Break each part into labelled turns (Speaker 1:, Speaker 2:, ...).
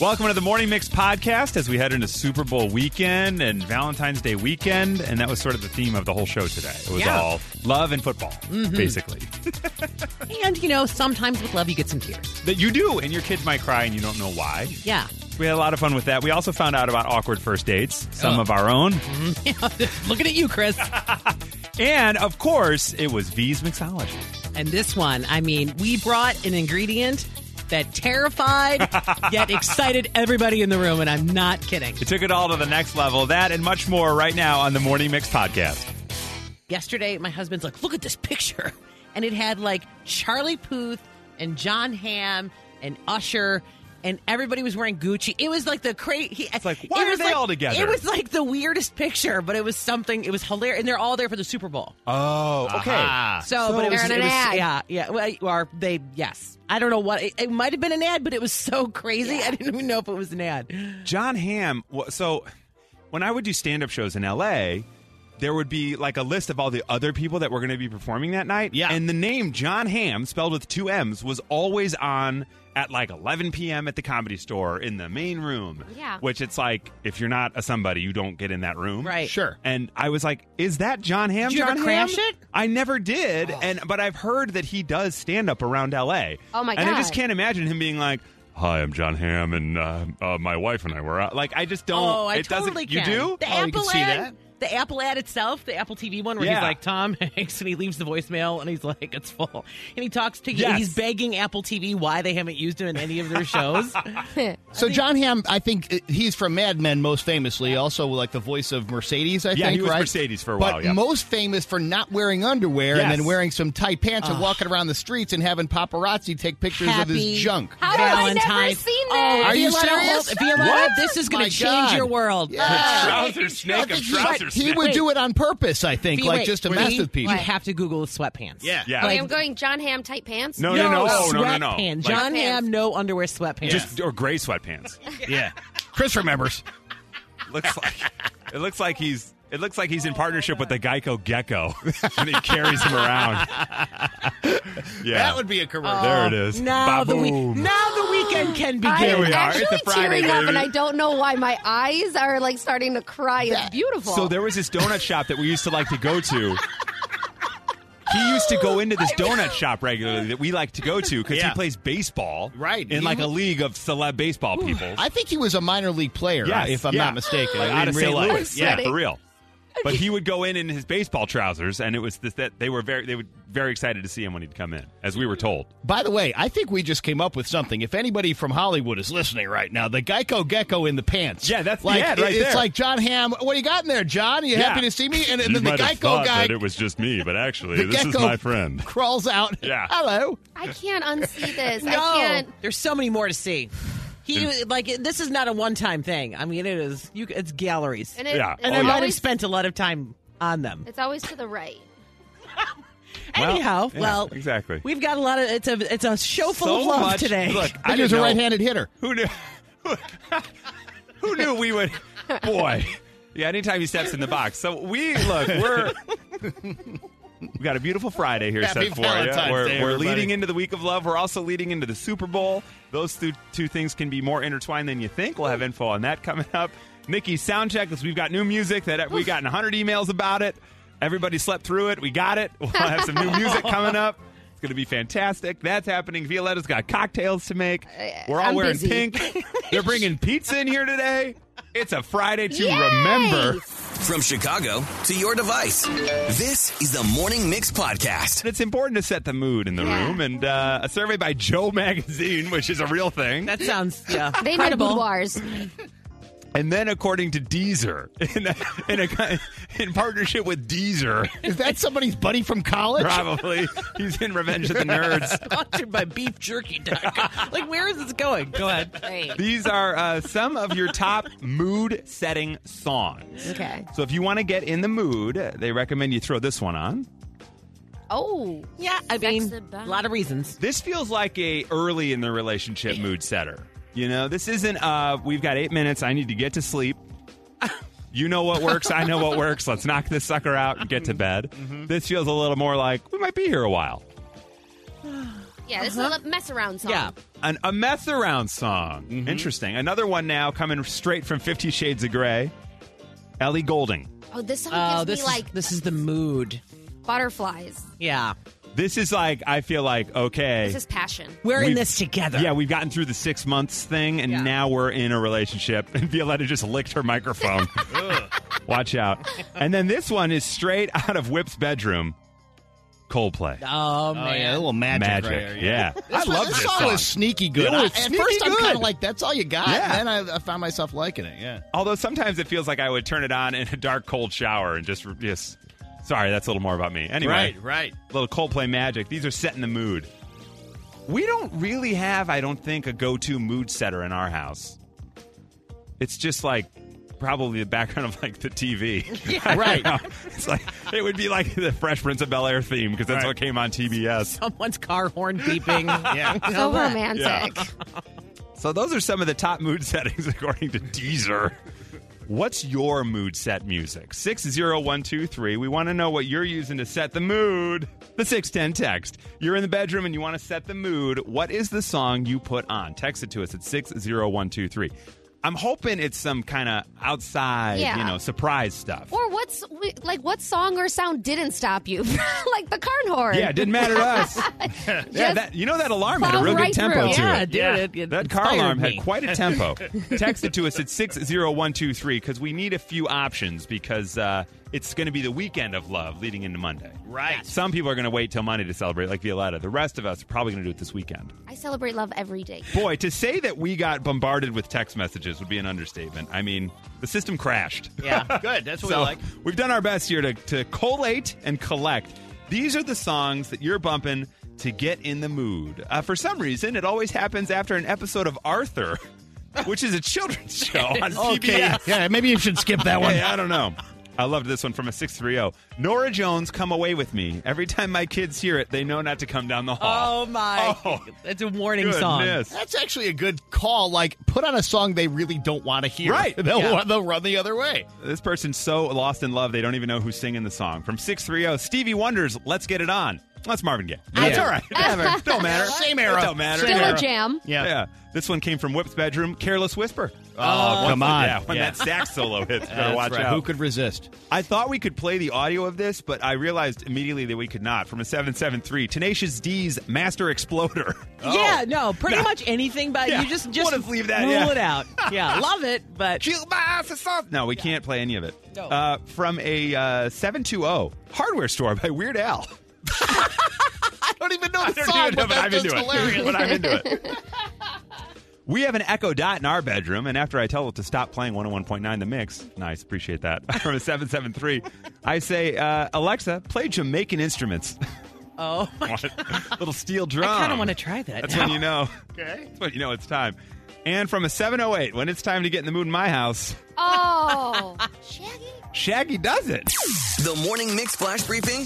Speaker 1: Welcome to the Morning Mix podcast as we head into Super Bowl weekend and Valentine's Day weekend. And that was sort of the theme of the whole show today. It was
Speaker 2: Yeah. Mm-hmm.
Speaker 1: all love and football, basically.
Speaker 2: And, you know, sometimes with love, you get some tears.
Speaker 1: that you do, and your kids might cry and you don't know why.
Speaker 2: Yeah.
Speaker 1: We had a lot of fun with that. We also found out about awkward first dates, some
Speaker 2: Oh.
Speaker 1: of our own.
Speaker 2: Looking at you, Chris.
Speaker 1: And of course, it was V's mixology.
Speaker 2: and this one, I mean, we brought an ingredient that terrified yet excited everybody in the room, and I'm not kidding.
Speaker 1: It took it all to the next level. That and much more right now on the Morning Mix podcast.
Speaker 2: Yesterday, my husband's like, look at this picture. And it had like Charlie Puth and John Hamm and Usher. And everybody was wearing Gucci. It was like the crazy. It's
Speaker 1: like, why are they all together?
Speaker 2: It was like the weirdest picture, but it was something. It was hilarious, and they're all there for the Super Bowl.
Speaker 1: Oh, okay.
Speaker 2: So, but it was,
Speaker 3: They're in
Speaker 2: it
Speaker 3: an
Speaker 2: was-
Speaker 3: ad.
Speaker 2: yeah, yeah. Well, or they, yes. I don't know what it, it might have been an ad, but it was so crazy. I didn't even know if it was an ad.
Speaker 1: John Hamm. wa- So when I would do stand up shows in LA, there would be like a list of all the other people that were going to be performing that night.
Speaker 4: Yeah.
Speaker 1: And the name John Hamm, spelled with two M's, was always on at like 11 p.m. at the comedy store in the main room.
Speaker 3: Yeah.
Speaker 1: Which it's like, if you're not a somebody, you don't get in that room.
Speaker 2: Right.
Speaker 4: Sure.
Speaker 1: And I was like, "Is that John Hamm?
Speaker 2: Did you
Speaker 1: John
Speaker 2: ever crash
Speaker 1: Hamm?
Speaker 2: it?
Speaker 1: I never did, and but I've heard that he does stand up around L.A.
Speaker 3: Oh, my
Speaker 1: And I just
Speaker 3: God.
Speaker 1: can't imagine him being like, "Hi, I'm John Hamm, and uh, uh, my wife and I were out." Like, I just don't.
Speaker 2: Oh, I
Speaker 1: it
Speaker 2: totally
Speaker 1: doesn't.
Speaker 2: can.
Speaker 1: You do?
Speaker 2: The
Speaker 4: Oh, you can
Speaker 2: Apple
Speaker 4: see
Speaker 2: ad.
Speaker 4: that?
Speaker 2: The Apple ad itself, the Apple TV one, where
Speaker 1: Yeah.
Speaker 2: he's like Tom Hanks, and he leaves the voicemail, and he's like, "It's full," and he talks to you.
Speaker 1: Yes.
Speaker 2: He's begging Apple TV why they haven't used him in any of their shows.
Speaker 4: So John Hamm, I think uh, he's from Mad Men, most famously, also like the voice of Mercedes. I
Speaker 1: Yeah,
Speaker 4: think
Speaker 1: he was
Speaker 4: right?
Speaker 1: Mercedes for a
Speaker 4: But
Speaker 1: while, yeah.
Speaker 4: most famous for not wearing underwear and
Speaker 1: Yes.
Speaker 4: then wearing some tight pants and walking around the streets and having paparazzi take pictures of
Speaker 2: Happy
Speaker 4: his junk.
Speaker 3: How have I never
Speaker 2: Valentine's.
Speaker 3: seen
Speaker 2: Oh,
Speaker 3: that?
Speaker 4: Are you
Speaker 2: Violetta,
Speaker 4: serious?
Speaker 2: hold- Violetta,
Speaker 4: What?
Speaker 2: this is going
Speaker 4: My
Speaker 2: to change
Speaker 4: God.
Speaker 2: your world.
Speaker 1: Trouser
Speaker 4: I
Speaker 1: snake of
Speaker 4: think he-
Speaker 1: trouser
Speaker 4: he
Speaker 1: snake.
Speaker 4: would do it on purpose. I think,
Speaker 2: Vee,
Speaker 4: like
Speaker 2: wait,
Speaker 4: just to
Speaker 2: Vee,
Speaker 4: mess with people.
Speaker 2: You have to Google sweatpants.
Speaker 4: Yeah.
Speaker 1: Yeah.
Speaker 3: Wait, I'm going John Ham tight pants.
Speaker 1: no, no, Oh, no, no, no, no, no.
Speaker 2: sweatpants.
Speaker 1: Like,
Speaker 2: John Ham, no underwear sweatpants.
Speaker 1: just or gray sweatpants.
Speaker 4: yeah. Chris remembers.
Speaker 1: looks like it looks like he's. It looks like he's in partnership with the Geico Gecko, and he carries him around. Yeah,
Speaker 4: That would be a commercial.
Speaker 1: there it is.
Speaker 2: now the, week,
Speaker 1: Ba-boom.
Speaker 2: now the weekend can begin.
Speaker 3: I
Speaker 1: Here
Speaker 3: am
Speaker 1: we are. It's
Speaker 3: actually
Speaker 1: a Friday,
Speaker 3: tearing up,
Speaker 1: baby.
Speaker 3: and I don't know why my eyes are like starting to cry. It's beautiful.
Speaker 1: So there was this donut shop that we used to like to go to. He used to go into this donut shop regularly that we like to go to because
Speaker 4: Yeah.
Speaker 1: he plays baseball,
Speaker 4: Right.
Speaker 1: In like a league of celeb baseball people.
Speaker 4: I think he was a minor league player,
Speaker 1: Yes,
Speaker 4: if I'm
Speaker 1: yeah.
Speaker 4: not mistaken.
Speaker 1: Like
Speaker 4: in
Speaker 1: out of
Speaker 4: real
Speaker 1: St.
Speaker 4: life.
Speaker 3: I'm
Speaker 1: Louis, yeah,
Speaker 3: sweating.
Speaker 1: for real. But he would go in in his baseball trousers, and it was this, that they were very they were very excited to see him when he'd come in, as we were told.
Speaker 4: By the way, I think we just came up with something. If anybody from Hollywood is listening right now, the Geico Gecko in the pants.
Speaker 1: Yeah, that's the
Speaker 4: like
Speaker 1: ad right
Speaker 4: it's
Speaker 1: there.
Speaker 4: like John Hamm. What do you got in there, John? Are you
Speaker 1: Yeah.
Speaker 4: happy to see me? And, and then the Geico guy,
Speaker 1: was just me, but actually,
Speaker 4: the gecko crawls out.
Speaker 1: Yeah.
Speaker 4: hello.
Speaker 3: I can't unsee this. I
Speaker 2: no,
Speaker 3: can't.
Speaker 2: there's so many more to see. He like this is not a one time thing. I mean, it is. You, it's galleries, and,
Speaker 3: And, it,
Speaker 1: Yeah.
Speaker 3: and
Speaker 1: Oh,
Speaker 3: it's,
Speaker 1: yeah.
Speaker 2: I've
Speaker 3: always,
Speaker 2: spent a lot of time on them.
Speaker 3: it's always to the right.
Speaker 1: Well,
Speaker 2: Anyhow,
Speaker 1: yeah,
Speaker 2: well,
Speaker 1: exactly.
Speaker 2: We've got a lot of. It's a it's a show full
Speaker 1: so
Speaker 2: of love
Speaker 1: much,
Speaker 2: today.
Speaker 1: Look,
Speaker 4: I
Speaker 1: I
Speaker 4: think he was
Speaker 1: didn't
Speaker 4: a
Speaker 1: know-
Speaker 4: right-handed hitter.
Speaker 1: Who knew? Who knew we would? Boy, yeah. Anytime he steps in the box, so we look. We're we got a beautiful Friday here
Speaker 4: Happy
Speaker 1: set for
Speaker 4: Valentine's
Speaker 1: you. We're,
Speaker 4: Day,
Speaker 1: we're
Speaker 4: everybody.
Speaker 1: leading into the week of love. We're also leading into the Super Bowl. Those two, two things can be more intertwined than you think. We'll have info on that coming up. Nikki's sound check is we've got new music that uh, we got 100 emails about it. Everybody slept through it. We got it. We'll have some new music coming up. It's going to be fantastic. That's happening. Violetta's got cocktails to make. We're all
Speaker 3: Uh, I'm
Speaker 1: wearing
Speaker 3: busy.
Speaker 1: pink. They're bringing pizza in here today. It's a Friday to
Speaker 3: Yay!
Speaker 1: remember.
Speaker 5: From Chicago to your device, this is the Morning Mix Podcast.
Speaker 1: And it's important to set the mood in the
Speaker 3: Yeah.
Speaker 1: room. And uh, a survey by Joe Magazine, which is a real thing.
Speaker 2: that sounds yeah.
Speaker 3: They need
Speaker 2: credible.
Speaker 3: boudoirs.
Speaker 1: And then, according to Deezer, in, a, in, a, in partnership with Deezer,
Speaker 4: Is that somebody's buddy from college?
Speaker 1: probably, he's in Revenge of the Nerds.
Speaker 2: Sponsored by BeefJerky.com. like, where is this going? Go ahead.
Speaker 1: These are uh, some of your top mood setting songs.
Speaker 3: Okay.
Speaker 1: So, if you want to get in the mood, they recommend you throw this one on.
Speaker 3: Oh.
Speaker 2: Yeah, I
Speaker 3: Sex
Speaker 2: mean,
Speaker 3: the
Speaker 2: a
Speaker 3: bomb.
Speaker 2: lot of reasons.
Speaker 1: This feels like a early in the relationship mood setter. You know, this isn't uh we've got 8 minutes, I need to get to sleep. You know what works, I know what works. Let's knock this sucker out and get to bed. This feels a little more like we might be here a while.
Speaker 3: Uh-huh. Yeah, this is a mess around song.
Speaker 2: Yeah.
Speaker 1: an, a mess around song. Interesting. Another one now coming straight from Fifty Shades of Grey. Ellie Golding.
Speaker 3: Oh, this song
Speaker 2: Oh,
Speaker 3: gives
Speaker 2: this
Speaker 3: me
Speaker 2: is,
Speaker 3: like
Speaker 2: this is the mood.
Speaker 3: butterflies.
Speaker 2: Yeah,
Speaker 1: This is like I feel like okay.
Speaker 3: This is passion.
Speaker 2: we're in
Speaker 1: We've-
Speaker 2: this together.
Speaker 1: yeah, we've gotten through the six months thing, and
Speaker 2: Yeah.
Speaker 1: now we're in a relationship. And Violetta just licked her microphone. Watch out. And then this one is straight out of Whip's bedroom. Coldplay.
Speaker 2: oh
Speaker 4: Oh, yeah, a
Speaker 2: man.
Speaker 4: little magic,
Speaker 1: Magic.
Speaker 4: right there,
Speaker 1: yeah.
Speaker 4: This
Speaker 1: I
Speaker 4: one-
Speaker 1: love
Speaker 4: this
Speaker 1: this
Speaker 4: song.
Speaker 1: song.
Speaker 4: was sneaky good.
Speaker 1: It was
Speaker 4: I- at
Speaker 1: sneaky
Speaker 4: first, I'm kind
Speaker 1: good.
Speaker 4: of like, "That's all you got."
Speaker 1: Yeah.
Speaker 4: And then I, I found myself liking it. Yeah.
Speaker 1: Although sometimes it feels like I would turn it on in a dark, cold shower and just, just. Sorry, that's a little more about me. Anyway,
Speaker 4: Right.
Speaker 1: little Coldplay magic. These are setting the mood. We don't really have, I don't think, a go-to mood setter in our house. It's just like probably the background of like the TV. Yeah,
Speaker 4: right.
Speaker 1: It's like it would be like the Fresh Prince of Bel Air theme because that's
Speaker 4: Right.
Speaker 1: what came on TBS.
Speaker 2: Someone's car horn beeping.
Speaker 4: Yeah.
Speaker 3: So romantic.
Speaker 1: So those are some of the top mood settings according to Deezer. What's your mood set music? 60123. We want to know what you're using to set the mood. The 610 text. You're in the bedroom and you want to set the mood. What is the song you put on? Text it to us at 60123. I'm hoping it's some kind of outside,
Speaker 3: Yeah.
Speaker 1: you know, surprise stuff.
Speaker 3: Or what's like what song or sound didn't stop you? like the carn horn.
Speaker 1: yeah, it didn't matter to us. yeah, that, you know that alarm had a
Speaker 3: plowed
Speaker 1: real good
Speaker 3: right
Speaker 1: tempo
Speaker 3: through.
Speaker 1: to
Speaker 2: yeah,
Speaker 1: it.
Speaker 2: dude.
Speaker 4: Yeah.
Speaker 2: It, it
Speaker 1: That car
Speaker 2: inspired
Speaker 1: alarm
Speaker 2: me.
Speaker 1: had quite a tempo. Text it to us at 60123 because we need a few options because uh, it's going to be the weekend of love leading into Monday.
Speaker 4: Right.
Speaker 1: Some people are going to wait till Monday to celebrate, like Violetta. The rest of us are probably going to do it this weekend.
Speaker 3: I celebrate love every day.
Speaker 1: Boy, to say that we got bombarded with text messages would be an understatement. I mean, the system crashed.
Speaker 2: Yeah.
Speaker 4: Good. That's what
Speaker 1: So
Speaker 4: we like.
Speaker 1: Oh. we've done our best here to, to collate and collect. These are the songs that you're bumping to get in the mood. Uh, for some reason, it always happens after an episode of Arthur, which is a children's show on
Speaker 4: Yeah.
Speaker 1: PBS.
Speaker 4: yeah. Maybe you should skip that one.
Speaker 1: Hey, I don't know. I loved this one from a 630. Nora Jones, come away with me. Every time my kids hear it, they know not to come down the hall.
Speaker 2: Oh my!
Speaker 1: Oh.
Speaker 2: That's a warning song.
Speaker 1: Goodness.
Speaker 4: That's actually a good call. Like, put on a song they really don't want to hear.
Speaker 1: Right.
Speaker 4: They'll,
Speaker 2: Yeah.
Speaker 4: they'll run the other way.
Speaker 1: This person's so lost in love, they don't even know who's singing the song. From 630, Stevie Wonder's Let's Get It On. That's Marvin Gaye. That's all right. Whatever. don't matter.
Speaker 4: Same era.
Speaker 1: It don't matter.
Speaker 4: Same
Speaker 3: Still
Speaker 4: era.
Speaker 3: a jam.
Speaker 1: Yeah.
Speaker 4: Yeah.
Speaker 1: This one came from Whip's bedroom, Careless Whisper. Oh,
Speaker 4: come on.
Speaker 1: Yeah, when
Speaker 4: Yeah.
Speaker 1: that sax solo hits, better
Speaker 4: That's
Speaker 1: watch
Speaker 4: right.
Speaker 1: out.
Speaker 4: Who could resist?
Speaker 1: I thought we could play the audio of this, but I realized immediately that we could not. From a 773, Tenacious D's Master Exploder.
Speaker 2: Yeah, no, pretty much anything, but
Speaker 1: Oh. Yeah,
Speaker 2: you just just
Speaker 1: we'll just leave that,
Speaker 2: rule
Speaker 1: yeah.
Speaker 2: it out. Yeah, love it, but
Speaker 1: Shoot my ass or something. No, we can't play any of it.
Speaker 2: No.
Speaker 1: Uh, from a uh, 720, Hardware Store by Weird Al.
Speaker 4: I don't even know
Speaker 1: I
Speaker 4: the
Speaker 1: don't
Speaker 4: song,
Speaker 1: even know,
Speaker 4: but
Speaker 1: but I'm
Speaker 4: that's
Speaker 1: into
Speaker 4: just
Speaker 1: it.
Speaker 4: hilarious.
Speaker 1: But I'm into it. We have an Echo Dot in our bedroom, and after I tell it to stop playing 101.9 The Mix, nice, appreciate that, from a 773, I say, uh, Alexa, play Jamaican instruments.
Speaker 2: oh, my,
Speaker 1: Little steel drum.
Speaker 2: I kind of want to try that.
Speaker 1: um, That's
Speaker 2: now.
Speaker 1: when you know.
Speaker 4: Okay.
Speaker 1: That's when you know it's time. And from a 708, when it's time to get in the mood in my house,
Speaker 3: Oh. Shaggy.
Speaker 1: Shaggy does it.
Speaker 5: The Morning Mix Flash Briefing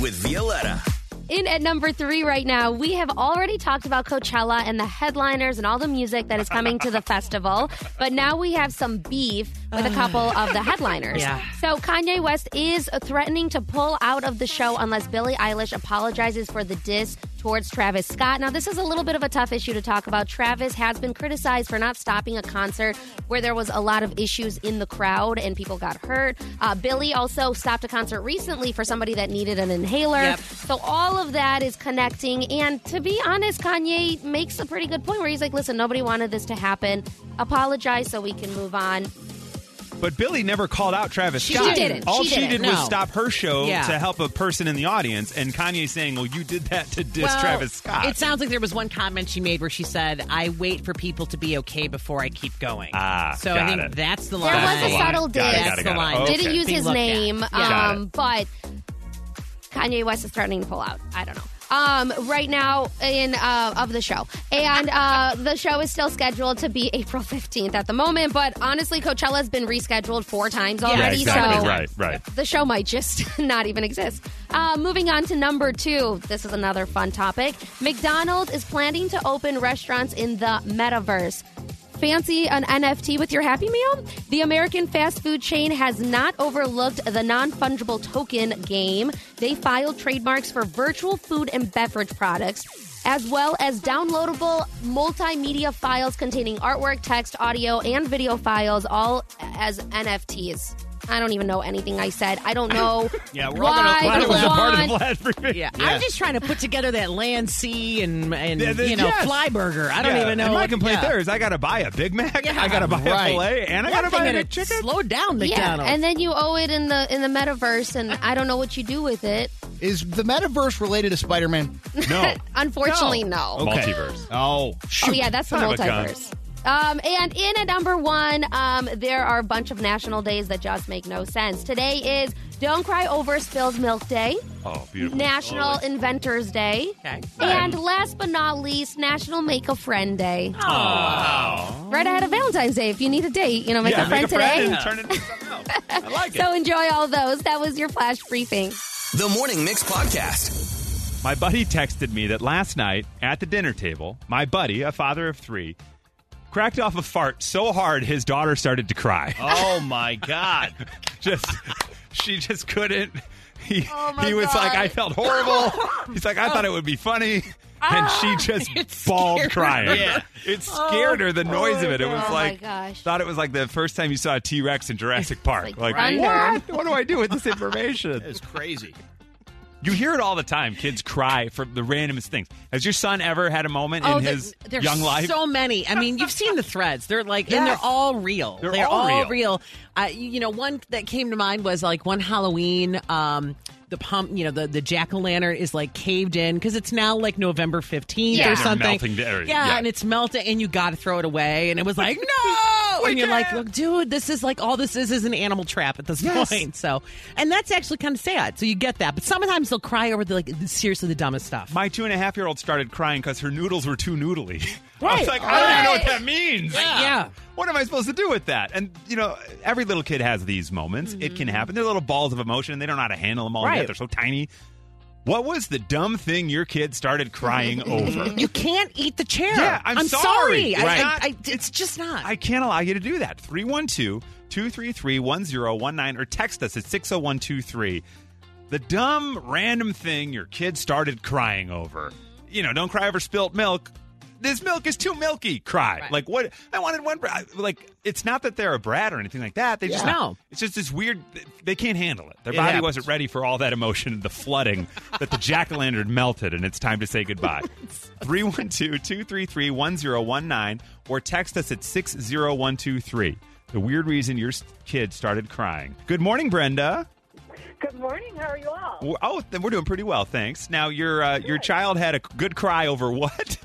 Speaker 5: with Violetta.
Speaker 3: In at number three right now, we have already talked about Coachella and the headliners and all the music that is coming to the festival. But now we have some beef with a couple of the headliners.
Speaker 2: Yeah.
Speaker 3: So Kanye West is threatening to pull out of the show unless Billie Eilish apologizes for the diss towards Travis Scott. Now, this is a little bit of a tough issue to talk about. Travis has been criticized for not stopping a concert where there was a lot of issues in the crowd and people got hurt. Uh, Billie also stopped a concert recently for somebody that needed an inhaler.
Speaker 2: Yep.
Speaker 3: So all of that is connecting. And to be honest, Kanye makes a pretty good point where he's like, listen, nobody wanted this to happen. Apologize so we can move on.
Speaker 1: But Billy never called out Travis
Speaker 3: She
Speaker 1: Scott.
Speaker 3: didn't.
Speaker 1: All she,
Speaker 3: She
Speaker 1: did
Speaker 3: didn't.
Speaker 1: was
Speaker 2: No.
Speaker 1: stop her show
Speaker 2: Yeah.
Speaker 1: to help a person in the audience, and Kanye saying, "Well, you did that to diss
Speaker 2: Well,
Speaker 1: Travis Scott."
Speaker 2: It sounds like there was one comment she made where she said, "I wait for people to be okay before I keep going."
Speaker 1: Ah,
Speaker 2: so
Speaker 1: got
Speaker 2: I think
Speaker 1: it.
Speaker 2: that's the
Speaker 3: There
Speaker 2: line.
Speaker 3: was a subtle
Speaker 1: Got it, got
Speaker 3: diss.
Speaker 1: it, got it.
Speaker 2: That's the line.
Speaker 1: Okay.
Speaker 3: Didn't use
Speaker 2: Being
Speaker 3: his
Speaker 2: looked at.
Speaker 3: name,
Speaker 2: Yeah.
Speaker 1: Got
Speaker 3: um, but Kanye West is threatening to pull out. I don't know. Um, right now in uh, of the show, and uh, the show is still scheduled to be April fifteenth at the moment. But honestly, Coachella has been rescheduled four times already.
Speaker 1: yeah,
Speaker 2: already
Speaker 1: exactly.
Speaker 3: So
Speaker 1: Right, right.
Speaker 3: the show might just not even exist. Uh, moving on to number two. This is another fun topic. McDonald's is planning to open restaurants in the metaverse. Fancy an NFT with your Happy Meal? The American fast food chain has not overlooked the non fungible token game. They filed trademarks for virtual food and beverage products. as well as downloadable multimedia files containing artwork, text, audio, and video files, all as NFTs. I don't even know anything I said. I don't know.
Speaker 4: Yeah, we're all gonna-
Speaker 3: why
Speaker 1: Glad
Speaker 4: Glad
Speaker 1: it
Speaker 3: the
Speaker 1: was a part of
Speaker 3: want-
Speaker 1: the last briefing.
Speaker 2: Yeah,
Speaker 4: Yeah.
Speaker 2: I'm just trying to put together that land, sea, and and
Speaker 1: Yeah, the-
Speaker 2: you know,
Speaker 1: yes.
Speaker 2: fly burger. I don't
Speaker 1: Yeah,
Speaker 2: even know.
Speaker 1: And my
Speaker 2: what-
Speaker 1: complaint
Speaker 2: yeah.
Speaker 1: there is I got to buy a Big Mac,
Speaker 2: Yeah.
Speaker 1: I got to buy
Speaker 4: Right.
Speaker 1: a filet, and I
Speaker 2: One
Speaker 1: got to
Speaker 2: thing
Speaker 1: buy
Speaker 2: at
Speaker 1: a
Speaker 2: a-
Speaker 1: chicken.
Speaker 2: Slow down,
Speaker 3: Yeah,
Speaker 2: McDonald's.
Speaker 3: and then you owe it in the in the metaverse, and I don't know what you do with it.
Speaker 4: Is the metaverse related to Spider Man?
Speaker 1: no.
Speaker 3: Unfortunately, no.
Speaker 1: Multiverse.
Speaker 4: Oh, shoot.
Speaker 3: Oh yeah, that's the
Speaker 1: Son of a gun.
Speaker 3: multiverse. Um, and in at number one, um, there are a bunch of national days that just make no sense. Today is Don't Cry Over Spilled Milk Day,
Speaker 1: Oh, beautiful.
Speaker 3: National Inventors Day,
Speaker 2: Okay.
Speaker 3: and last but not least, National Make a Friend Day. Right ahead of Valentine's Day, if you need a date, you know, make
Speaker 1: yeah,
Speaker 3: a
Speaker 1: make
Speaker 3: friend
Speaker 1: a friend
Speaker 3: today.
Speaker 1: and turn it into something else. I like it.
Speaker 3: So enjoy all those. That was your flash briefing.
Speaker 5: The Morning Mix Podcast.
Speaker 1: My buddy texted me that last night at the dinner table, my buddy, a father of three, cracked off a fart so hard his daughter started to cry.
Speaker 4: Oh, my God.
Speaker 1: just she just couldn't. He,
Speaker 3: Oh, my
Speaker 1: he was like,
Speaker 3: God.
Speaker 1: I felt horrible. He's like, I thought it would be funny.
Speaker 3: Ah,
Speaker 1: And she just
Speaker 2: It's
Speaker 1: bawled
Speaker 2: scary.
Speaker 1: crying.
Speaker 4: Yeah.
Speaker 1: It scared her, the noise of it. It was
Speaker 3: God. Oh, my
Speaker 1: like,
Speaker 3: gosh.
Speaker 1: thought it was like the first time you saw a T Rex in Jurassic Park.
Speaker 3: like
Speaker 1: Like,
Speaker 3: thunder.
Speaker 1: what? What do I do with this information?
Speaker 4: That is crazy.
Speaker 1: You hear it all the time. Kids cry for the randomest things. Has your son ever had a moment in
Speaker 2: there-
Speaker 1: his
Speaker 2: there's
Speaker 1: young life?
Speaker 2: Oh, So many. I mean, you've seen the threads. They're like, and they're
Speaker 1: Yes.
Speaker 2: all real.
Speaker 1: They're all
Speaker 2: all,
Speaker 1: real.
Speaker 2: real. Uh, you, you know, one that came to mind was like one Halloween. Um, the pump, you know, the, the jack o' lantern is like caved in because it's now like November fifteenth
Speaker 3: Yeah.
Speaker 2: or
Speaker 3: They're
Speaker 2: something.
Speaker 1: melting the area.
Speaker 2: Yeah,
Speaker 1: Yeah.
Speaker 2: and it's melting, and you got to throw it away. And it was like, no. and you're like, look, dude, this is like all this is is an animal trap at this
Speaker 1: Yes.
Speaker 2: point. So, and that's actually kind of sad. So you get that, but sometimes they'll cry over the like seriously the dumbest stuff.
Speaker 1: My two and a half year old started crying because her noodles were too noodly. I was
Speaker 2: Right.
Speaker 1: like, I don't even know what that means.
Speaker 2: Yeah.
Speaker 1: What am I supposed to do with that? And, you know, every little kid has these moments. It can happen. They're little balls of emotion. They don't know how to handle them all yet.
Speaker 2: Mm-hmm. Right.
Speaker 1: They're so tiny. What was the dumb thing your kid started crying over?
Speaker 2: You can't eat the chair.
Speaker 1: Yeah, I'm
Speaker 2: I'm
Speaker 1: sorry.
Speaker 2: sorry. I-
Speaker 1: Right.
Speaker 2: I, I, it's just not.
Speaker 1: I can't allow you to do that. 312 233 1019 or text us at 60123. The dumb, random thing your kid started crying over. You know, don't cry over spilt milk. This milk is too milky. Cry.
Speaker 2: Right.
Speaker 1: Like, what? I wanted one. bra- Like, it's not that they're a brat or anything like that. They just
Speaker 2: Yeah.
Speaker 1: not-
Speaker 2: No.
Speaker 1: It's just this weird. They can't handle it. Their
Speaker 4: It
Speaker 1: body
Speaker 4: happens.
Speaker 1: wasn't ready for all that emotion, the flooding that the jack o' lantern melted, and it's time to say goodbye. 312 233 1019 or text us at 60123. The weird reason your s- kid started crying. Good morning, Brenda.
Speaker 6: Good morning. How are you all?
Speaker 1: W- Oh, then we're doing pretty well, thanks. Now your uh, your child had a c- good cry over what?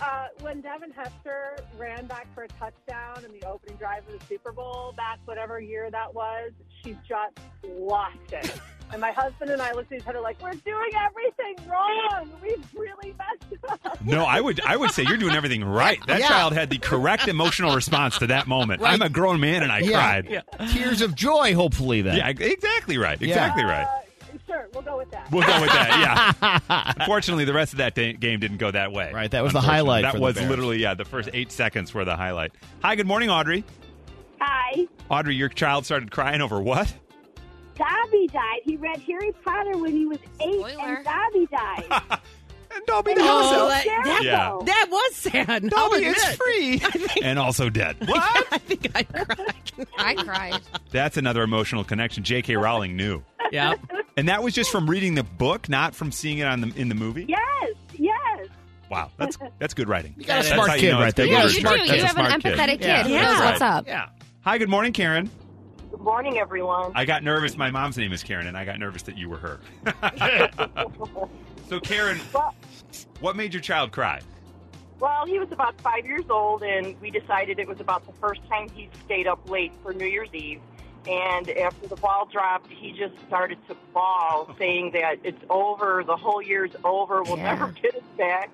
Speaker 6: Uh, when Devin Hester ran back for a touchdown in the opening drive of the Super Bowl back whatever year that was, she just lost it. and my husband and I looked at each other like, "We're doing everything wrong. We've really messed up."
Speaker 1: No, I would I would say you're doing everything right. That
Speaker 4: Yeah.
Speaker 1: child had the correct emotional response to that moment. I'm a grown man and I
Speaker 4: Yeah.
Speaker 1: cried.
Speaker 4: Tears of joy, hopefully, then.
Speaker 1: Yeah, exactly right. Exactly right.
Speaker 6: Uh, sure, we'll go with that.
Speaker 1: We'll go with that. Yeah. Unfortunately, the rest of that da- game didn't go that way.
Speaker 4: Right, that was the
Speaker 1: Unfortunately.
Speaker 4: highlight
Speaker 1: That
Speaker 4: for the
Speaker 1: was
Speaker 4: Bears.
Speaker 1: literally yeah. The first eight seconds were the highlight. Hi, good morning, Audrey.
Speaker 7: Hi.
Speaker 1: Audrey, your child started crying over what?
Speaker 7: Dobby died. He read Harry Potter when he was eight,
Speaker 3: Spoiler.
Speaker 7: and Dobby died.
Speaker 1: And Dobby
Speaker 2: Oh,
Speaker 1: knows it.
Speaker 2: that, that-
Speaker 1: Yeah.
Speaker 2: that was sad. I'll
Speaker 1: Dobby is
Speaker 2: admit.
Speaker 1: free and also dead. What?
Speaker 2: I think I cried.
Speaker 3: I cried.
Speaker 1: That's another emotional connection. J.K. Rowling knew,
Speaker 2: yeah.
Speaker 1: and that was just from reading the book, not from seeing it on the in the movie.
Speaker 7: yes, yes.
Speaker 1: Wow, that's that's good writing. You
Speaker 4: got a smart kid right there.
Speaker 3: Yeah,
Speaker 4: You're a
Speaker 3: you
Speaker 4: smart
Speaker 3: do.
Speaker 4: kid.
Speaker 3: You
Speaker 4: That's
Speaker 3: have an empathetic kid who
Speaker 2: Yeah.
Speaker 3: knows
Speaker 2: Right.
Speaker 3: what's up.
Speaker 4: Yeah.
Speaker 1: Hi, good morning, Karen.
Speaker 6: Good morning, everyone.
Speaker 1: I got nervous. My mom's name is Karen, and I got nervous that you were her. so, Karen,
Speaker 6: Well-
Speaker 1: what made your child cry?
Speaker 6: Well, he was about five years old, and we decided it was about the first time he stayed up late for New Year's Eve. And after the ball dropped, he just started to bawl, saying that it's over, the whole year's over, we'll
Speaker 3: Yeah.
Speaker 6: never get it back.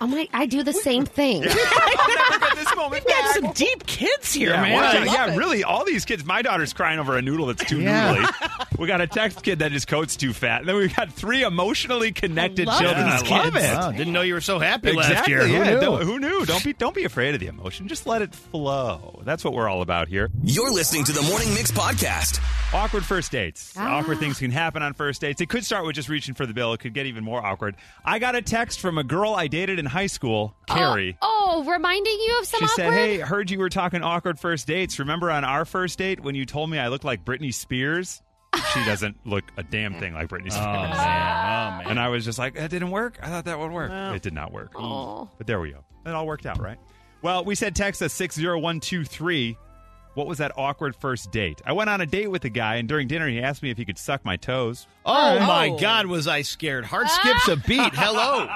Speaker 3: Oh my! I do the same thing.
Speaker 1: I'll never get this moment
Speaker 2: We've got
Speaker 1: back.
Speaker 2: some deep kids here, man.
Speaker 1: watch
Speaker 2: I
Speaker 1: out.
Speaker 2: love
Speaker 1: yeah,
Speaker 2: it.
Speaker 1: really. All these kids. My daughter's crying over a noodle that's too
Speaker 4: Yeah.
Speaker 1: noodly. We got a text kid that his coat's too fat. And then we've got three emotionally connected
Speaker 2: I love
Speaker 1: children.
Speaker 2: these
Speaker 1: I love
Speaker 2: kids.
Speaker 1: it.
Speaker 4: Wow, didn't know you were so happy last
Speaker 1: Exactly.
Speaker 4: year. Who
Speaker 1: yeah.
Speaker 4: knew?
Speaker 1: Don't- Who knew? Don't be don't be afraid of the emotion. Just let it flow. That's what we're all about here.
Speaker 5: You're listening to the Morning Mix podcast.
Speaker 1: Awkward first dates. Awkward things can happen on first dates. It could start with just reaching for the bill. It could get even more awkward. I got a text from a girl I dated in high school, Carrie.
Speaker 3: Oh, oh, reminding you of some
Speaker 1: She
Speaker 3: awkward.
Speaker 1: said, "Hey, heard you were talking awkward first dates. Remember on our first date when you told me I looked like Britney Spears? She doesn't look a damn thing like Britney Spears."
Speaker 4: Oh, man. Oh, man.
Speaker 1: And I was just like, "That didn't work. I thought that would work. It did not work.
Speaker 3: Oh.
Speaker 1: But there we go. It all worked out, right? Well, we said text us six zero one two three. What was that awkward first date? I went on a date with a guy, and during dinner, he asked me if he could suck my toes.
Speaker 4: Oh, my
Speaker 2: Oh.
Speaker 4: God, was I scared. Heart skips a beat. Hello.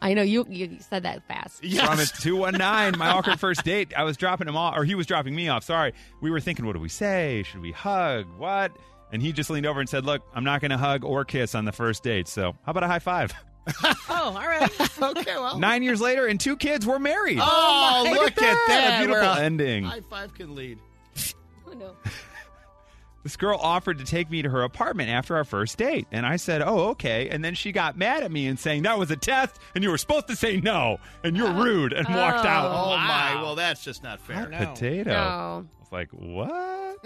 Speaker 3: I know you. You said that fast.
Speaker 1: From it's 219, my awkward first date. I was dropping him off, or he was dropping me off. Sorry. We were thinking, what do we say? Should we hug? What? And he just leaned over and said, Look, I'm not going to hug or kiss on the first date. So how about a high five?
Speaker 2: Oh, all right.
Speaker 4: Okay, well.
Speaker 1: Nine years later, and two kids, we're married.
Speaker 4: Oh,
Speaker 2: my
Speaker 4: look
Speaker 2: God.
Speaker 4: at
Speaker 1: What
Speaker 4: that.
Speaker 1: a beautiful
Speaker 4: We're-
Speaker 1: ending.
Speaker 4: High five can lead.
Speaker 3: Oh, no.
Speaker 1: This girl offered to take me to her apartment after our first date. And I said, Oh, okay. And then she got mad at me and saying, That was a test, and you were supposed to say no, and you're rude, and walked out.
Speaker 4: Uh-huh. Oh, my. Well, that's just not fair.
Speaker 1: Potato.
Speaker 3: No.
Speaker 1: I was like, what?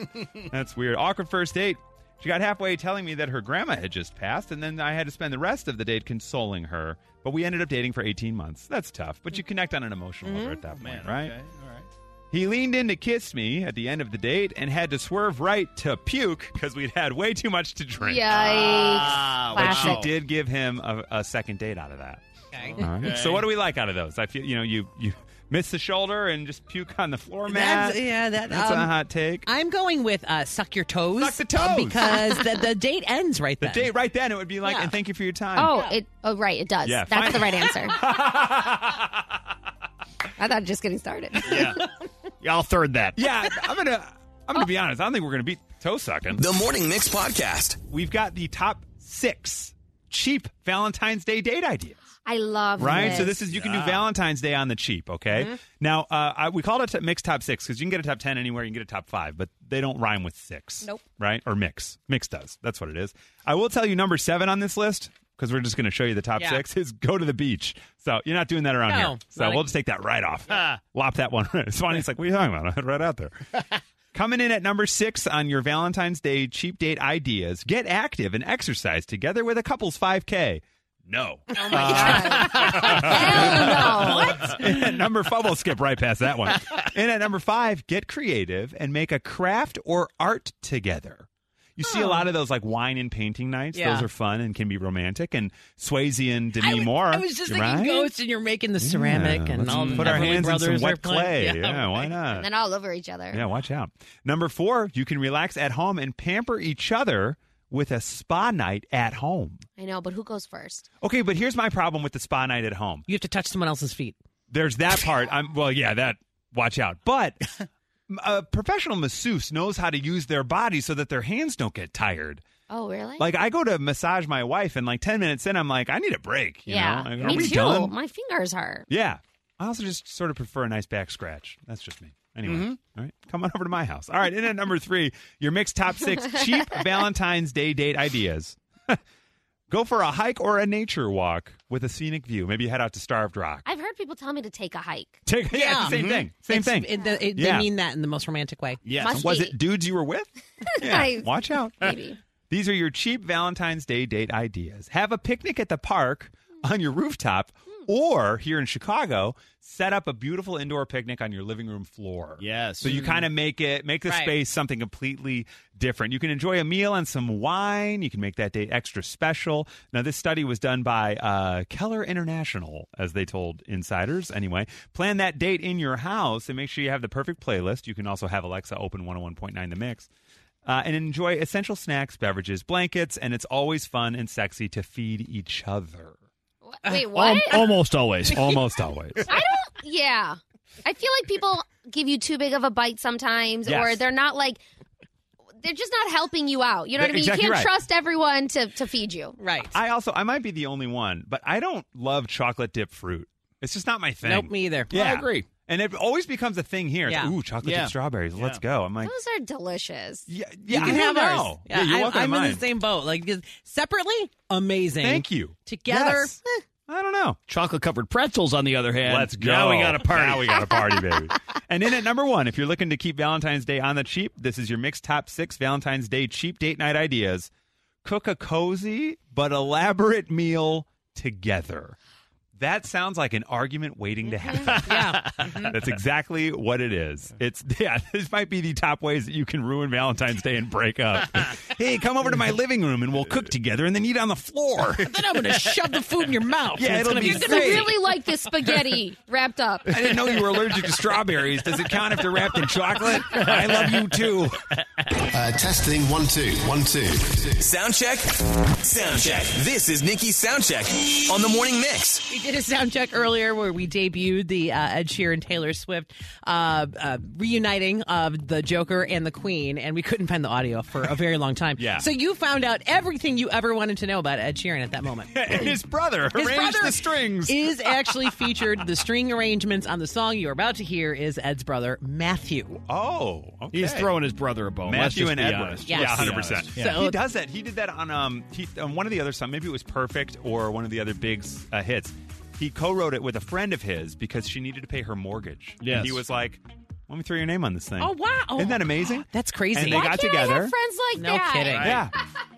Speaker 1: That's weird. Awkward first date. She got halfway telling me that her grandma had just passed, and then I had to spend the rest of the date consoling her. But we ended up dating for 18 months. That's tough, but you connect on an emotional level at that point,
Speaker 4: Man,
Speaker 1: right?
Speaker 4: Mm-hmm. okay, all right.
Speaker 1: He leaned in to kiss me at the end of the date and had to swerve right to puke because we'd had way too much to drink.
Speaker 3: Yikes!
Speaker 4: Ah,
Speaker 1: But
Speaker 3: Classic.
Speaker 1: she did give him a, a second date out of that.
Speaker 2: Okay.
Speaker 1: All right.
Speaker 4: Okay.
Speaker 1: So what do we like out of those? I feel you know you you miss the shoulder and just puke on the floor mat.
Speaker 2: That's, yeah, that,
Speaker 1: That's
Speaker 2: um,
Speaker 1: a hot take.
Speaker 2: I'm going with uh, suck your toes.
Speaker 1: Suck the toes.
Speaker 2: because the, the date ends right
Speaker 1: The
Speaker 2: then.
Speaker 1: date right then it would be like,
Speaker 2: Yeah.
Speaker 1: and thank you for your time.
Speaker 3: Oh, it. Oh, right. It does.
Speaker 1: Yeah,
Speaker 3: That's
Speaker 1: fine.
Speaker 3: the right answer. I thought just getting started.
Speaker 4: Yeah. yeah, I'll third that.
Speaker 1: yeah, I'm gonna I'm
Speaker 2: Oh.
Speaker 1: gonna be honest. I don't think we're gonna beat toe sucking.
Speaker 5: The Morning Mix podcast.
Speaker 1: We've got the top six cheap Valentine's Day date ideas.
Speaker 3: I love
Speaker 1: Right,
Speaker 3: This. Mm-hmm.
Speaker 1: so this is you can do
Speaker 4: Yeah.
Speaker 1: Valentine's Day on the cheap, okay? Now uh, I, we call it a t- mixed top six because you can get a top ten anywhere, you can get a top five, but they don't rhyme with six,
Speaker 3: Nope.
Speaker 1: Right or mix, mix does. That's what it is. I will tell you number seven on this list because we're just going to show you the top
Speaker 2: Yeah.
Speaker 1: six is go to the beach. So you're not doing that around
Speaker 2: No,
Speaker 1: here. So
Speaker 2: not a-
Speaker 1: we'll just take that right off, lop that one. it's funny. It's like what are you talking about? right out there. Coming in at number six on your Valentine's Day cheap date ideas, get active and exercise together with a couple's 5K. No.
Speaker 3: Oh Hell no.
Speaker 1: And at number five, we'll skip right past that one. And at number five, get creative and make a craft or art together. You see a lot of those like wine and painting nights.
Speaker 2: Yeah.
Speaker 1: Those are fun and can be romantic. And Swayze and
Speaker 2: I
Speaker 1: Demi
Speaker 2: was,
Speaker 1: Moore.
Speaker 2: I was just thinking
Speaker 1: right?
Speaker 2: ghosts, and you're making the ceramic
Speaker 1: Yeah,
Speaker 2: and
Speaker 1: let's
Speaker 2: all the
Speaker 1: put our
Speaker 2: Everly
Speaker 1: hands in
Speaker 2: brothers
Speaker 1: some
Speaker 2: are
Speaker 1: wet clay.
Speaker 2: playing.
Speaker 1: Yeah, why not?
Speaker 3: And then all over each other.
Speaker 1: Yeah, watch out. Number four, you can relax at home and pamper each other with a spa night at home.
Speaker 3: I know, but who goes first?
Speaker 1: Okay, but here's my problem with the spa night at home.
Speaker 2: You have to touch someone else's feet.
Speaker 1: There's that part. I'm well, yeah, that watch out. But a professional masseuse knows how to use their body so that their hands don't get tired.
Speaker 3: Oh, really?
Speaker 1: Like I go to massage my wife, and like ten minutes in, I'm like, I need a break. You
Speaker 3: yeah.
Speaker 1: know? Like, are
Speaker 3: Me
Speaker 1: we
Speaker 3: too.
Speaker 1: done?
Speaker 3: My fingers hurt.
Speaker 1: Yeah. I also just sort of prefer a nice back scratch. That's just me. Anyway, all right, come on over to my house. All right, in at number three, your mixed top six cheap Valentine's Day date ideas. Go for a hike or a nature walk with a scenic view. Maybe head out to Starved Rock.
Speaker 3: I've heard people tell me to take a hike.
Speaker 1: Take, yeah, it's the same thing. Same
Speaker 2: It's-
Speaker 1: thing.
Speaker 2: it- the- it-
Speaker 1: Yeah.
Speaker 2: They mean that in the most romantic way.
Speaker 4: Yes.
Speaker 3: Must
Speaker 1: Was
Speaker 3: be.
Speaker 1: it dudes you were with?
Speaker 3: I-
Speaker 1: Watch out.
Speaker 3: Maybe.
Speaker 1: These are your cheap Valentine's Day date ideas. Have a picnic at the park on your rooftop,
Speaker 3: Hmm.
Speaker 1: or here in Chicago, set up a beautiful indoor picnic on your living room floor.
Speaker 4: Yes.
Speaker 1: So you kind of make it make the
Speaker 2: Right.
Speaker 1: space something completely different. You can enjoy a meal and some wine. You can make that date extra special. Now, this study was done by uh, Keller International, as they told insiders. Anyway, plan that date in your house and make sure you have the perfect playlist. You can also have Alexa open 101.9 The Mix. Uh, and enjoy essential snacks, beverages, blankets, and it's always fun and sexy to feed each other.
Speaker 3: Wh-
Speaker 1: Oh,
Speaker 3: Wait, what?
Speaker 4: almost always.
Speaker 1: Almost always.
Speaker 3: yeah. I feel like people give you too big of a bite sometimes,
Speaker 1: Yes.
Speaker 3: or they're not like, they're just not helping you out. You know what I mean?
Speaker 1: Exactly
Speaker 3: you can't
Speaker 1: right.
Speaker 3: trust everyone to, to feed you.
Speaker 2: Right.
Speaker 1: I also I might be the only one, but I don't love chocolate dip fruit. It's just not my thing.
Speaker 2: Nope, me either.
Speaker 1: Yeah,
Speaker 4: I agree.
Speaker 1: And it always becomes a thing here. It's,
Speaker 2: Yeah.
Speaker 1: Ooh, chocolate
Speaker 4: Yeah.
Speaker 1: chip strawberries. Let's go. I'm like,
Speaker 3: Those are delicious.
Speaker 1: yeah, yeah,
Speaker 2: You can
Speaker 1: I
Speaker 2: have
Speaker 1: don't
Speaker 2: ours.
Speaker 1: know. Yeah, you're
Speaker 2: I-
Speaker 1: welcome to
Speaker 2: I'm in
Speaker 1: mine.
Speaker 2: the same boat. Like 'cause separately, amazing.
Speaker 1: Thank you.
Speaker 2: Together, Eh.
Speaker 1: Yes. I don't know.
Speaker 4: Chocolate covered pretzels, on the other hand.
Speaker 1: Let's go.
Speaker 4: Now we got a party.
Speaker 1: Now we got a party, baby. and in at number one, if you're looking to keep Valentine's Day on the cheap, this is your mixed top six Valentine's Day cheap date night ideas. Cook a cozy but elaborate meal together. That sounds like an argument waiting to happen.
Speaker 2: yeah.
Speaker 1: That's exactly what it is. It's yeah, this might be the top ways that you can ruin Valentine's Day and break up. hey, come over to my living room and we'll cook together and then eat on the floor.
Speaker 2: then I'm gonna shove the food in your mouth.
Speaker 1: Yeah,
Speaker 2: and it's
Speaker 1: it'll
Speaker 2: gonna
Speaker 1: be
Speaker 2: be,
Speaker 3: You're
Speaker 1: great.
Speaker 3: gonna really like this spaghetti wrapped up.
Speaker 1: I didn't know you were allergic to strawberries. Does it count if they're wrapped in chocolate? I love you too.
Speaker 8: Uh, testing one two one two.
Speaker 5: Sound check. Sound check. This is Nikki's sound check on the morning mix.
Speaker 2: We did a sound check earlier where we debuted the uh, Ed Sheeran Taylor Swift uh, uh, reuniting of the Joker and the Queen, and we couldn't find the audio for a very long time.
Speaker 1: Yeah.
Speaker 2: So you found out everything you ever wanted to know about Ed Sheeran at that moment.
Speaker 1: And his brother
Speaker 2: His
Speaker 1: arranged
Speaker 2: brother
Speaker 1: the strings.
Speaker 2: is actually featured. The string arrangements on the song you're about to hear is Ed's brother Matthew.
Speaker 1: oh, okay.
Speaker 4: He's throwing his brother a bone. Let's
Speaker 1: Matthew
Speaker 4: just
Speaker 1: and
Speaker 4: be
Speaker 1: Edward.
Speaker 4: honest.
Speaker 2: Yes.
Speaker 1: Yeah,
Speaker 2: Let's be
Speaker 1: hundred percent.
Speaker 2: honest. So-
Speaker 1: he does that. He did that on um he, on one of the other songs. Maybe it was Perfect or one of the other big uh, hits. He co-wrote it with a friend of his because she needed to pay her mortgage.
Speaker 4: Yes.
Speaker 1: And he was like, "Let me throw your name on this thing."
Speaker 2: Oh wow!
Speaker 1: Isn't that amazing?
Speaker 2: That's crazy.
Speaker 1: And they
Speaker 3: Why
Speaker 1: got
Speaker 3: can't
Speaker 1: together.
Speaker 3: I have friends like
Speaker 2: No
Speaker 3: that?
Speaker 2: kidding.
Speaker 1: Yeah.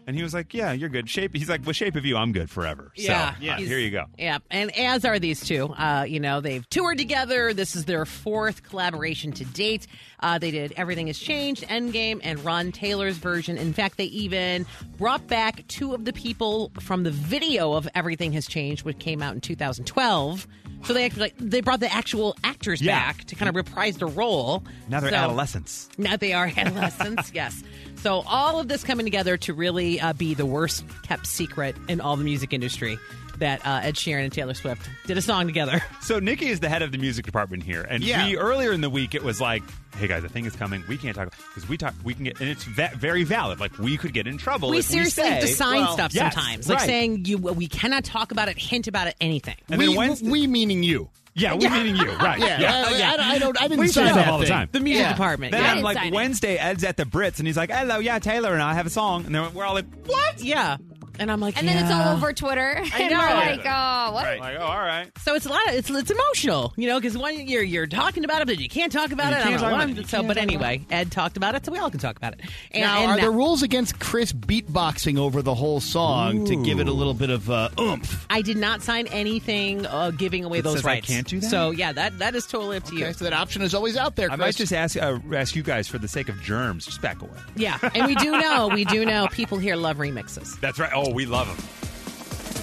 Speaker 1: And he was like, "Yeah, you're good shape." He's like, "With shape of you, I'm good forever."
Speaker 2: Yeah.
Speaker 1: So,
Speaker 2: Yeah.
Speaker 1: uh, here you go.
Speaker 2: Yeah, and as are these two. Uh, you know, they've toured together. This is their fourth collaboration to date. Uh, they did Everything Has Changed, Endgame, and Ron Taylor's version. In fact, they even brought back two of the people from the video of Everything Has Changed, which came out in 2012. So they actually, like, they brought the actual actors
Speaker 1: Yeah.
Speaker 2: back to kind of reprise their role.
Speaker 1: Now they're
Speaker 2: So-
Speaker 1: adolescents.
Speaker 2: now they are adolescents, yes. So all of this coming together to really uh, be the worst kept secret in all the music industry that uh, Ed Sheeran and Taylor Swift did a song together.
Speaker 1: So Nikki is the head of the music department here, and
Speaker 4: Yeah.
Speaker 1: we earlier in the week it was like, "Hey guys, a thing is coming. We can't talk because we talk. We can get, and it's va- very valid. Like we could get in trouble.
Speaker 2: we
Speaker 1: if
Speaker 2: seriously
Speaker 1: we say,
Speaker 2: design
Speaker 1: well,
Speaker 2: stuff
Speaker 1: yes,
Speaker 2: sometimes, like
Speaker 1: right.
Speaker 2: saying you we cannot talk about it, hint about it, anything.
Speaker 1: And
Speaker 4: we,
Speaker 1: then Wednesday,
Speaker 4: we meaning you.
Speaker 1: yeah, we meaning you, right?
Speaker 4: Yeah. I, I- I don't, I didn't
Speaker 1: We
Speaker 4: sign
Speaker 1: do
Speaker 4: that
Speaker 1: that all the
Speaker 4: thing.
Speaker 1: time.
Speaker 2: The music
Speaker 4: Yeah.
Speaker 2: department,
Speaker 1: Then
Speaker 2: yeah.
Speaker 1: I'm
Speaker 3: Inside
Speaker 1: like,
Speaker 3: it.
Speaker 1: Wednesday, Ed's at the Brits, and he's like, "Hello, yeah, Taylor and I have a song," and then we're all like, "What?"
Speaker 2: yeah, and I'm like,
Speaker 3: And then it's
Speaker 2: yeah.
Speaker 3: all over Twitter. and
Speaker 2: know.
Speaker 3: we're like, oh, what?
Speaker 1: Like, oh, all right.
Speaker 2: So it's a lot. Of, it's it's emotional, you know, because one you're you're talking about it, but you can't talk about
Speaker 1: You
Speaker 2: it. I
Speaker 1: can't
Speaker 2: don't know
Speaker 1: talk
Speaker 2: why
Speaker 1: about it.
Speaker 2: I'm-
Speaker 1: You
Speaker 2: so,
Speaker 1: can't
Speaker 2: but
Speaker 1: talk about
Speaker 2: anyway, Ed talked about it, so we all can talk about it. And,
Speaker 4: Now,
Speaker 2: and
Speaker 4: are there rules against Chris beatboxing over the whole song to give it a little bit of uh, oomph?
Speaker 2: I did not sign anything uh, giving away
Speaker 1: That
Speaker 2: those
Speaker 1: says I
Speaker 2: rights.
Speaker 1: can't do that?
Speaker 2: So yeah, that that is totally up to you.
Speaker 4: Okay, so that option is always out there,
Speaker 1: I
Speaker 4: Chris.
Speaker 1: might just ask uh, ask you guys for the sake of germs, just back away.
Speaker 2: Yeah, and we do know we do know people here love remixes.
Speaker 1: That's right. Oh, we love them.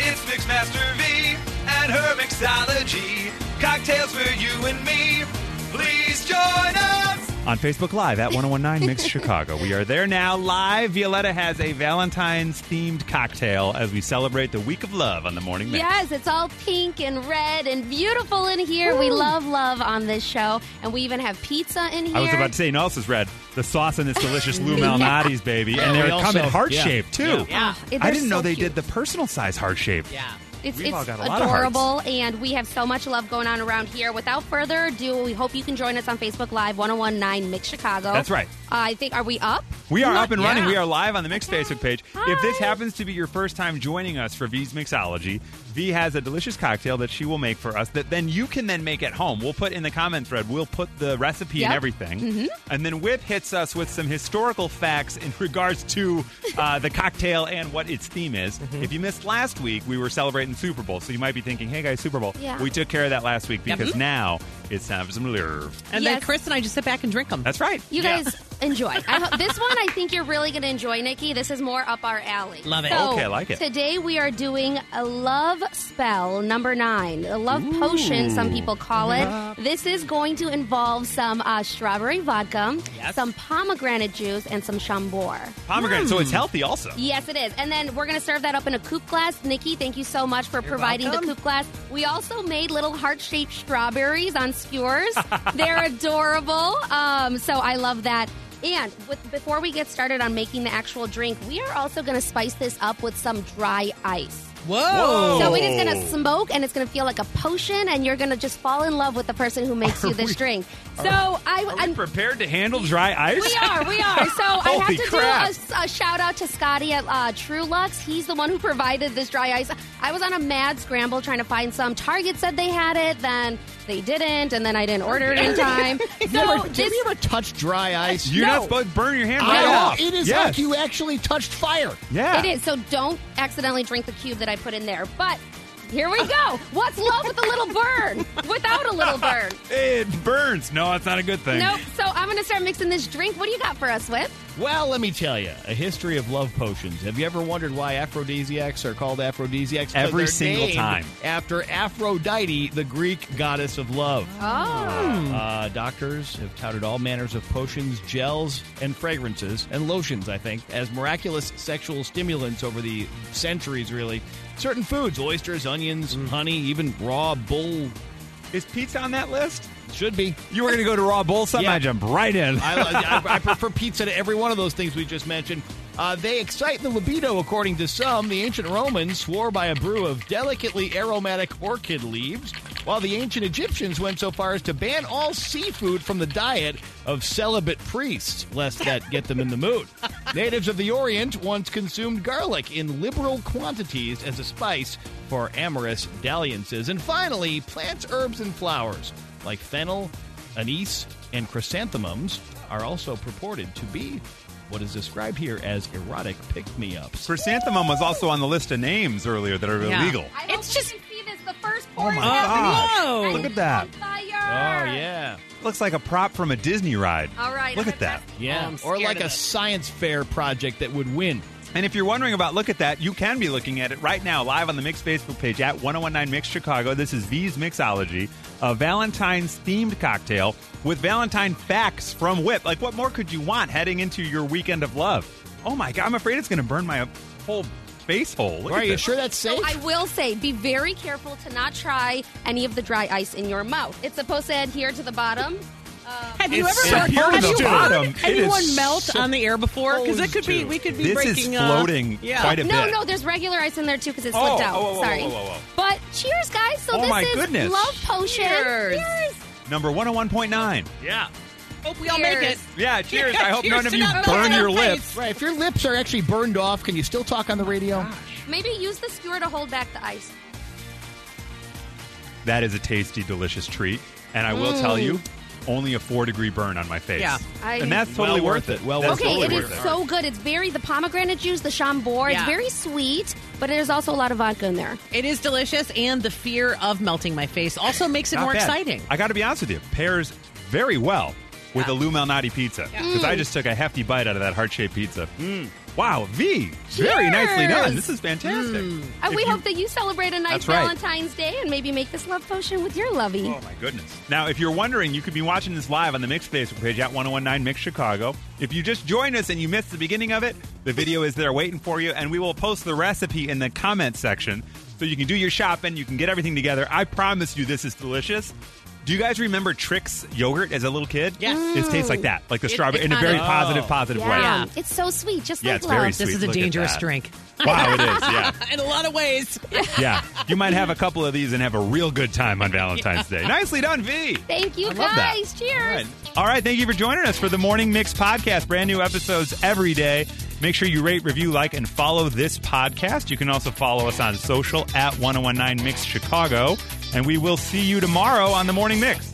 Speaker 1: It's Mixmaster V and her mixology. Cocktails for you and me. Please join us. On Facebook Live at 1019 Mix Chicago. We are there now live. Violetta has a Valentine's themed cocktail as we celebrate the week of love on the morning mix.
Speaker 3: Yes, it's all pink and red and beautiful in here. We love love on this show, and we even have pizza in here.
Speaker 1: I was about to say, no else is red. The sauce in this delicious Lou Malnati's, baby. And
Speaker 4: Yeah,
Speaker 1: they're
Speaker 4: we
Speaker 1: coming
Speaker 4: also-
Speaker 1: heart
Speaker 4: yeah.
Speaker 1: shaped, too.
Speaker 2: Yeah.
Speaker 3: It-
Speaker 1: I
Speaker 3: they're
Speaker 1: didn't
Speaker 3: so
Speaker 1: know they
Speaker 3: cute.
Speaker 1: did the personal size heart shape.
Speaker 2: Yeah.
Speaker 3: It's,
Speaker 1: We've all
Speaker 3: it's
Speaker 1: got a lot of
Speaker 3: adorable, and we have so much love going on around here. Without further ado, we hope you can join us on Facebook Live 1019 Mix Chicago.
Speaker 1: That's right.
Speaker 3: Uh, I think, are we up?
Speaker 1: We are
Speaker 2: Not
Speaker 1: up and running.
Speaker 2: yet.
Speaker 1: We are live on the Mix
Speaker 3: Okay.
Speaker 1: Facebook page.
Speaker 3: Hi.
Speaker 1: If this happens to be your first time joining us for V's Mixology, V has a delicious cocktail that she will make for us that then you can then make at home. We'll put in the comment thread, we'll put the recipe and
Speaker 3: Yep.
Speaker 1: everything. And then Whip hits us with some historical facts in regards to uh, the cocktail and what its theme is. If you missed last week, we were celebrating Super Bowl. So you might be thinking, hey guys, Super Bowl.
Speaker 3: Yeah.
Speaker 1: We took care of that last week because now it's time for some love.
Speaker 2: And then
Speaker 3: Yes.
Speaker 2: Chris and I just sit back and drink them.
Speaker 1: That's right.
Speaker 3: You guys enjoy. I ho- this one, I think you're really going to enjoy, Nikki. This is more up our alley.
Speaker 2: Love it.
Speaker 3: So,
Speaker 1: Okay, I like it.
Speaker 3: Today we are doing a love spell number nine, a love potion, some people call it. This is going to involve some uh, strawberry vodka,
Speaker 2: Yes.
Speaker 3: some pomegranate juice, and some chambord.
Speaker 1: Pomegranate. So it's healthy also.
Speaker 3: Yes, it is. And then we're going to serve that up in a coupe glass. Nikki, thank you so much for providing
Speaker 1: welcome.
Speaker 3: the coupe glass. We also made little heart shaped strawberries on skewers. They're adorable. Um, so I love that. And with, before we get started on making the actual drink, we are also going to spice this up with some dry ice.
Speaker 2: Whoa.
Speaker 3: So it is
Speaker 1: Oh.
Speaker 3: going to smoke and it's going to feel like a potion, and you're going to just fall in love with the person who makes you this drink. So I,
Speaker 1: Are we
Speaker 3: I'm,
Speaker 1: prepared to handle dry ice?
Speaker 3: we are, we are. So I
Speaker 1: Holy
Speaker 3: have to
Speaker 1: crap.
Speaker 3: do a, a shout out to Scotty at uh, True Lux. He's the one who provided this dry ice. I was on a mad scramble trying to find some. Target said they had it, then they didn't, and then I didn't order it in time. so
Speaker 4: Never,
Speaker 3: this,
Speaker 4: have Oh, you ever touched dry ice?
Speaker 1: You're
Speaker 3: No.
Speaker 1: not supposed to burn your hand right
Speaker 4: I know.
Speaker 1: off.
Speaker 4: It is
Speaker 1: yes.
Speaker 4: like you actually touched fire.
Speaker 1: Yeah.
Speaker 3: it is. So don't accidentally drink the cube that I put in there. But here we go. What's love with a little burn? Without a little burn.
Speaker 1: It burns. No, that's not a good thing.
Speaker 3: Nope. So I'm gonna start mixing this drink. What do you got for us, Whip?
Speaker 4: Well, let me tell you, a history of love potions. Have you ever wondered why aphrodisiacs are called aphrodisiacs? 'Cause
Speaker 1: Every
Speaker 4: they're
Speaker 1: single
Speaker 4: named
Speaker 1: time.
Speaker 4: After Aphrodite, the Greek goddess of love.
Speaker 3: Oh,
Speaker 4: Uh, doctors have touted all manners of potions, gels, and fragrances, and lotions, I think, as miraculous sexual stimulants over the centuries, really. Certain foods, oysters, onions,
Speaker 1: Mm.
Speaker 4: honey, even raw bull,
Speaker 1: Is pizza on that list?
Speaker 4: should be.
Speaker 1: You were going to go to Raw Bull, something
Speaker 4: Yeah.
Speaker 1: I jumped right in.
Speaker 4: I, I, I prefer pizza to every one of those things we just mentioned. Uh, they excite the libido, according to some. The ancient Romans swore by a brew of delicately aromatic orchid leaves, while the ancient Egyptians went so far as to ban all seafood from the diet of celibate priests, lest that get them in the mood. Natives of the Orient once consumed garlic in liberal quantities as a spice for amorous dalliances. And finally, plants, herbs, and flowers like fennel, anise, and chrysanthemums are also purported to be what is described here as erotic pick-me-ups.
Speaker 1: Chrysanthemum was also on the list of names earlier that are
Speaker 2: Yeah.
Speaker 1: illegal.
Speaker 3: I hope
Speaker 2: It's
Speaker 3: you
Speaker 2: just-
Speaker 3: can see this. The first pour is
Speaker 1: Oh, my
Speaker 3: happening.
Speaker 1: gosh.
Speaker 2: Whoa.
Speaker 3: I'm
Speaker 1: Look at that.
Speaker 3: on fire.
Speaker 4: Oh yeah,
Speaker 1: Looks like a prop from a Disney ride.
Speaker 3: All right.
Speaker 1: Look
Speaker 3: I'm
Speaker 1: at that.
Speaker 3: impressed.
Speaker 2: Oh,
Speaker 4: yeah,
Speaker 2: I'm
Speaker 4: or
Speaker 2: scared
Speaker 4: like
Speaker 2: of
Speaker 4: a
Speaker 2: this.
Speaker 4: science fair project that would win.
Speaker 1: And if you're wondering about Look at That, you can be looking at it right now, live on the Mix Facebook page at 1019 Mix Chicago. This is V's Mixology, a Valentine's themed cocktail with Valentine facts from Whip. Like, what more could you want heading into your weekend of love? Oh my God, I'm afraid it's going to burn my whole face hole. Look
Speaker 4: Are
Speaker 1: at
Speaker 4: you
Speaker 1: this.
Speaker 4: sure that's safe?
Speaker 3: So I will say, be very careful to not try any of the dry ice in your mouth. It's supposed to adhere to the bottom.
Speaker 2: Have you
Speaker 1: It's
Speaker 2: ever
Speaker 1: so
Speaker 2: have
Speaker 1: close
Speaker 2: you
Speaker 1: to bottom.
Speaker 2: heard
Speaker 1: It
Speaker 2: anyone
Speaker 1: is
Speaker 2: melt
Speaker 1: so
Speaker 2: on the air before? Because it could be
Speaker 4: close
Speaker 2: we could be
Speaker 1: This is
Speaker 2: breaking. uh,
Speaker 1: floating
Speaker 2: yeah.
Speaker 1: quite a
Speaker 3: No,
Speaker 1: bit.
Speaker 3: no, there's regular ice in there too because it
Speaker 1: Oh,
Speaker 3: slipped out.
Speaker 1: oh, oh, oh,
Speaker 3: Sorry.
Speaker 1: oh, oh, oh.
Speaker 3: But cheers, guys. So
Speaker 1: Oh,
Speaker 3: this
Speaker 1: my
Speaker 3: is
Speaker 1: goodness.
Speaker 3: love potion.
Speaker 2: Cheers.
Speaker 1: Number 101.9.
Speaker 4: yeah.
Speaker 2: Hope we all make it.
Speaker 3: Cheers.
Speaker 1: Yeah, cheers. I hope
Speaker 2: Cheers
Speaker 1: none of
Speaker 2: to
Speaker 1: you
Speaker 2: not
Speaker 1: burn
Speaker 2: burning
Speaker 1: your
Speaker 2: our
Speaker 1: lips.
Speaker 2: face.
Speaker 4: Right, if your lips are actually burned off, can you still talk on the radio?
Speaker 3: Maybe use the skewer to hold back the ice.
Speaker 1: That is a tasty, delicious treat. And I will tell you, only a four degree burn on my face.
Speaker 2: Yeah.
Speaker 3: Mm. I-
Speaker 1: and that's totally
Speaker 4: Well
Speaker 1: worth
Speaker 4: worth
Speaker 1: it.
Speaker 4: it. Well
Speaker 1: that's
Speaker 4: worth
Speaker 3: Okay,
Speaker 1: totally
Speaker 3: it is
Speaker 1: worth
Speaker 3: so good. It's very the pomegranate juice, the chambord.
Speaker 2: Yeah.
Speaker 3: It's very sweet, but there's also a lot of vodka in there.
Speaker 2: It is delicious, and the fear of melting my face also makes it
Speaker 1: Not
Speaker 2: more
Speaker 1: bad.
Speaker 2: exciting.
Speaker 1: I got to be honest with you, pairs very well with a Lou Malnati pizza because
Speaker 2: Mm.
Speaker 1: I just took a hefty bite out of that heart shaped pizza. Wow, V, very nicely done.
Speaker 3: Cheers.
Speaker 1: This is fantastic.
Speaker 3: And
Speaker 1: If
Speaker 3: we
Speaker 1: you-
Speaker 3: hope that you celebrate a nice
Speaker 1: That's right.
Speaker 3: Valentine's Day and maybe make this love potion with your lovey.
Speaker 1: Oh my goodness. Now, if you're wondering, you could be watching this live on the Mix Facebook page at 1019 Mix Chicago. If you just joined us and you missed the beginning of it, the video is there waiting for you, and we will post the recipe in the comment section so you can do your shopping, you can get everything together. I promise you, this is delicious. Do you guys remember Trix yogurt as a little kid?
Speaker 2: Yes.
Speaker 1: It tastes like that, like the
Speaker 2: It-
Speaker 1: strawberry,
Speaker 2: it's
Speaker 1: in a
Speaker 2: on
Speaker 1: very
Speaker 2: it.
Speaker 1: positive, positive way.
Speaker 3: Yeah. It's so sweet, just
Speaker 1: Yeah,
Speaker 3: like
Speaker 1: it's
Speaker 3: love.
Speaker 1: very
Speaker 2: this
Speaker 1: sweet.
Speaker 2: is a
Speaker 1: Look at
Speaker 2: dangerous
Speaker 1: that.
Speaker 2: drink.
Speaker 1: Wow, it is. Yeah.
Speaker 2: In a lot of ways.
Speaker 1: Yeah. You might have a couple of these and have a real good time on Valentine's Day. Nicely done, V.
Speaker 3: Thank
Speaker 1: I
Speaker 3: you
Speaker 1: love that.
Speaker 3: guys.
Speaker 1: All
Speaker 3: Cheers.
Speaker 1: right. All right. Thank you for joining us for the Morning Mix podcast. Brand new episodes every day. Make sure you rate, review, like, and follow this podcast. You can also follow us oh on social at 1019 Mix Chicago. And we will see you tomorrow on the Morning Mix.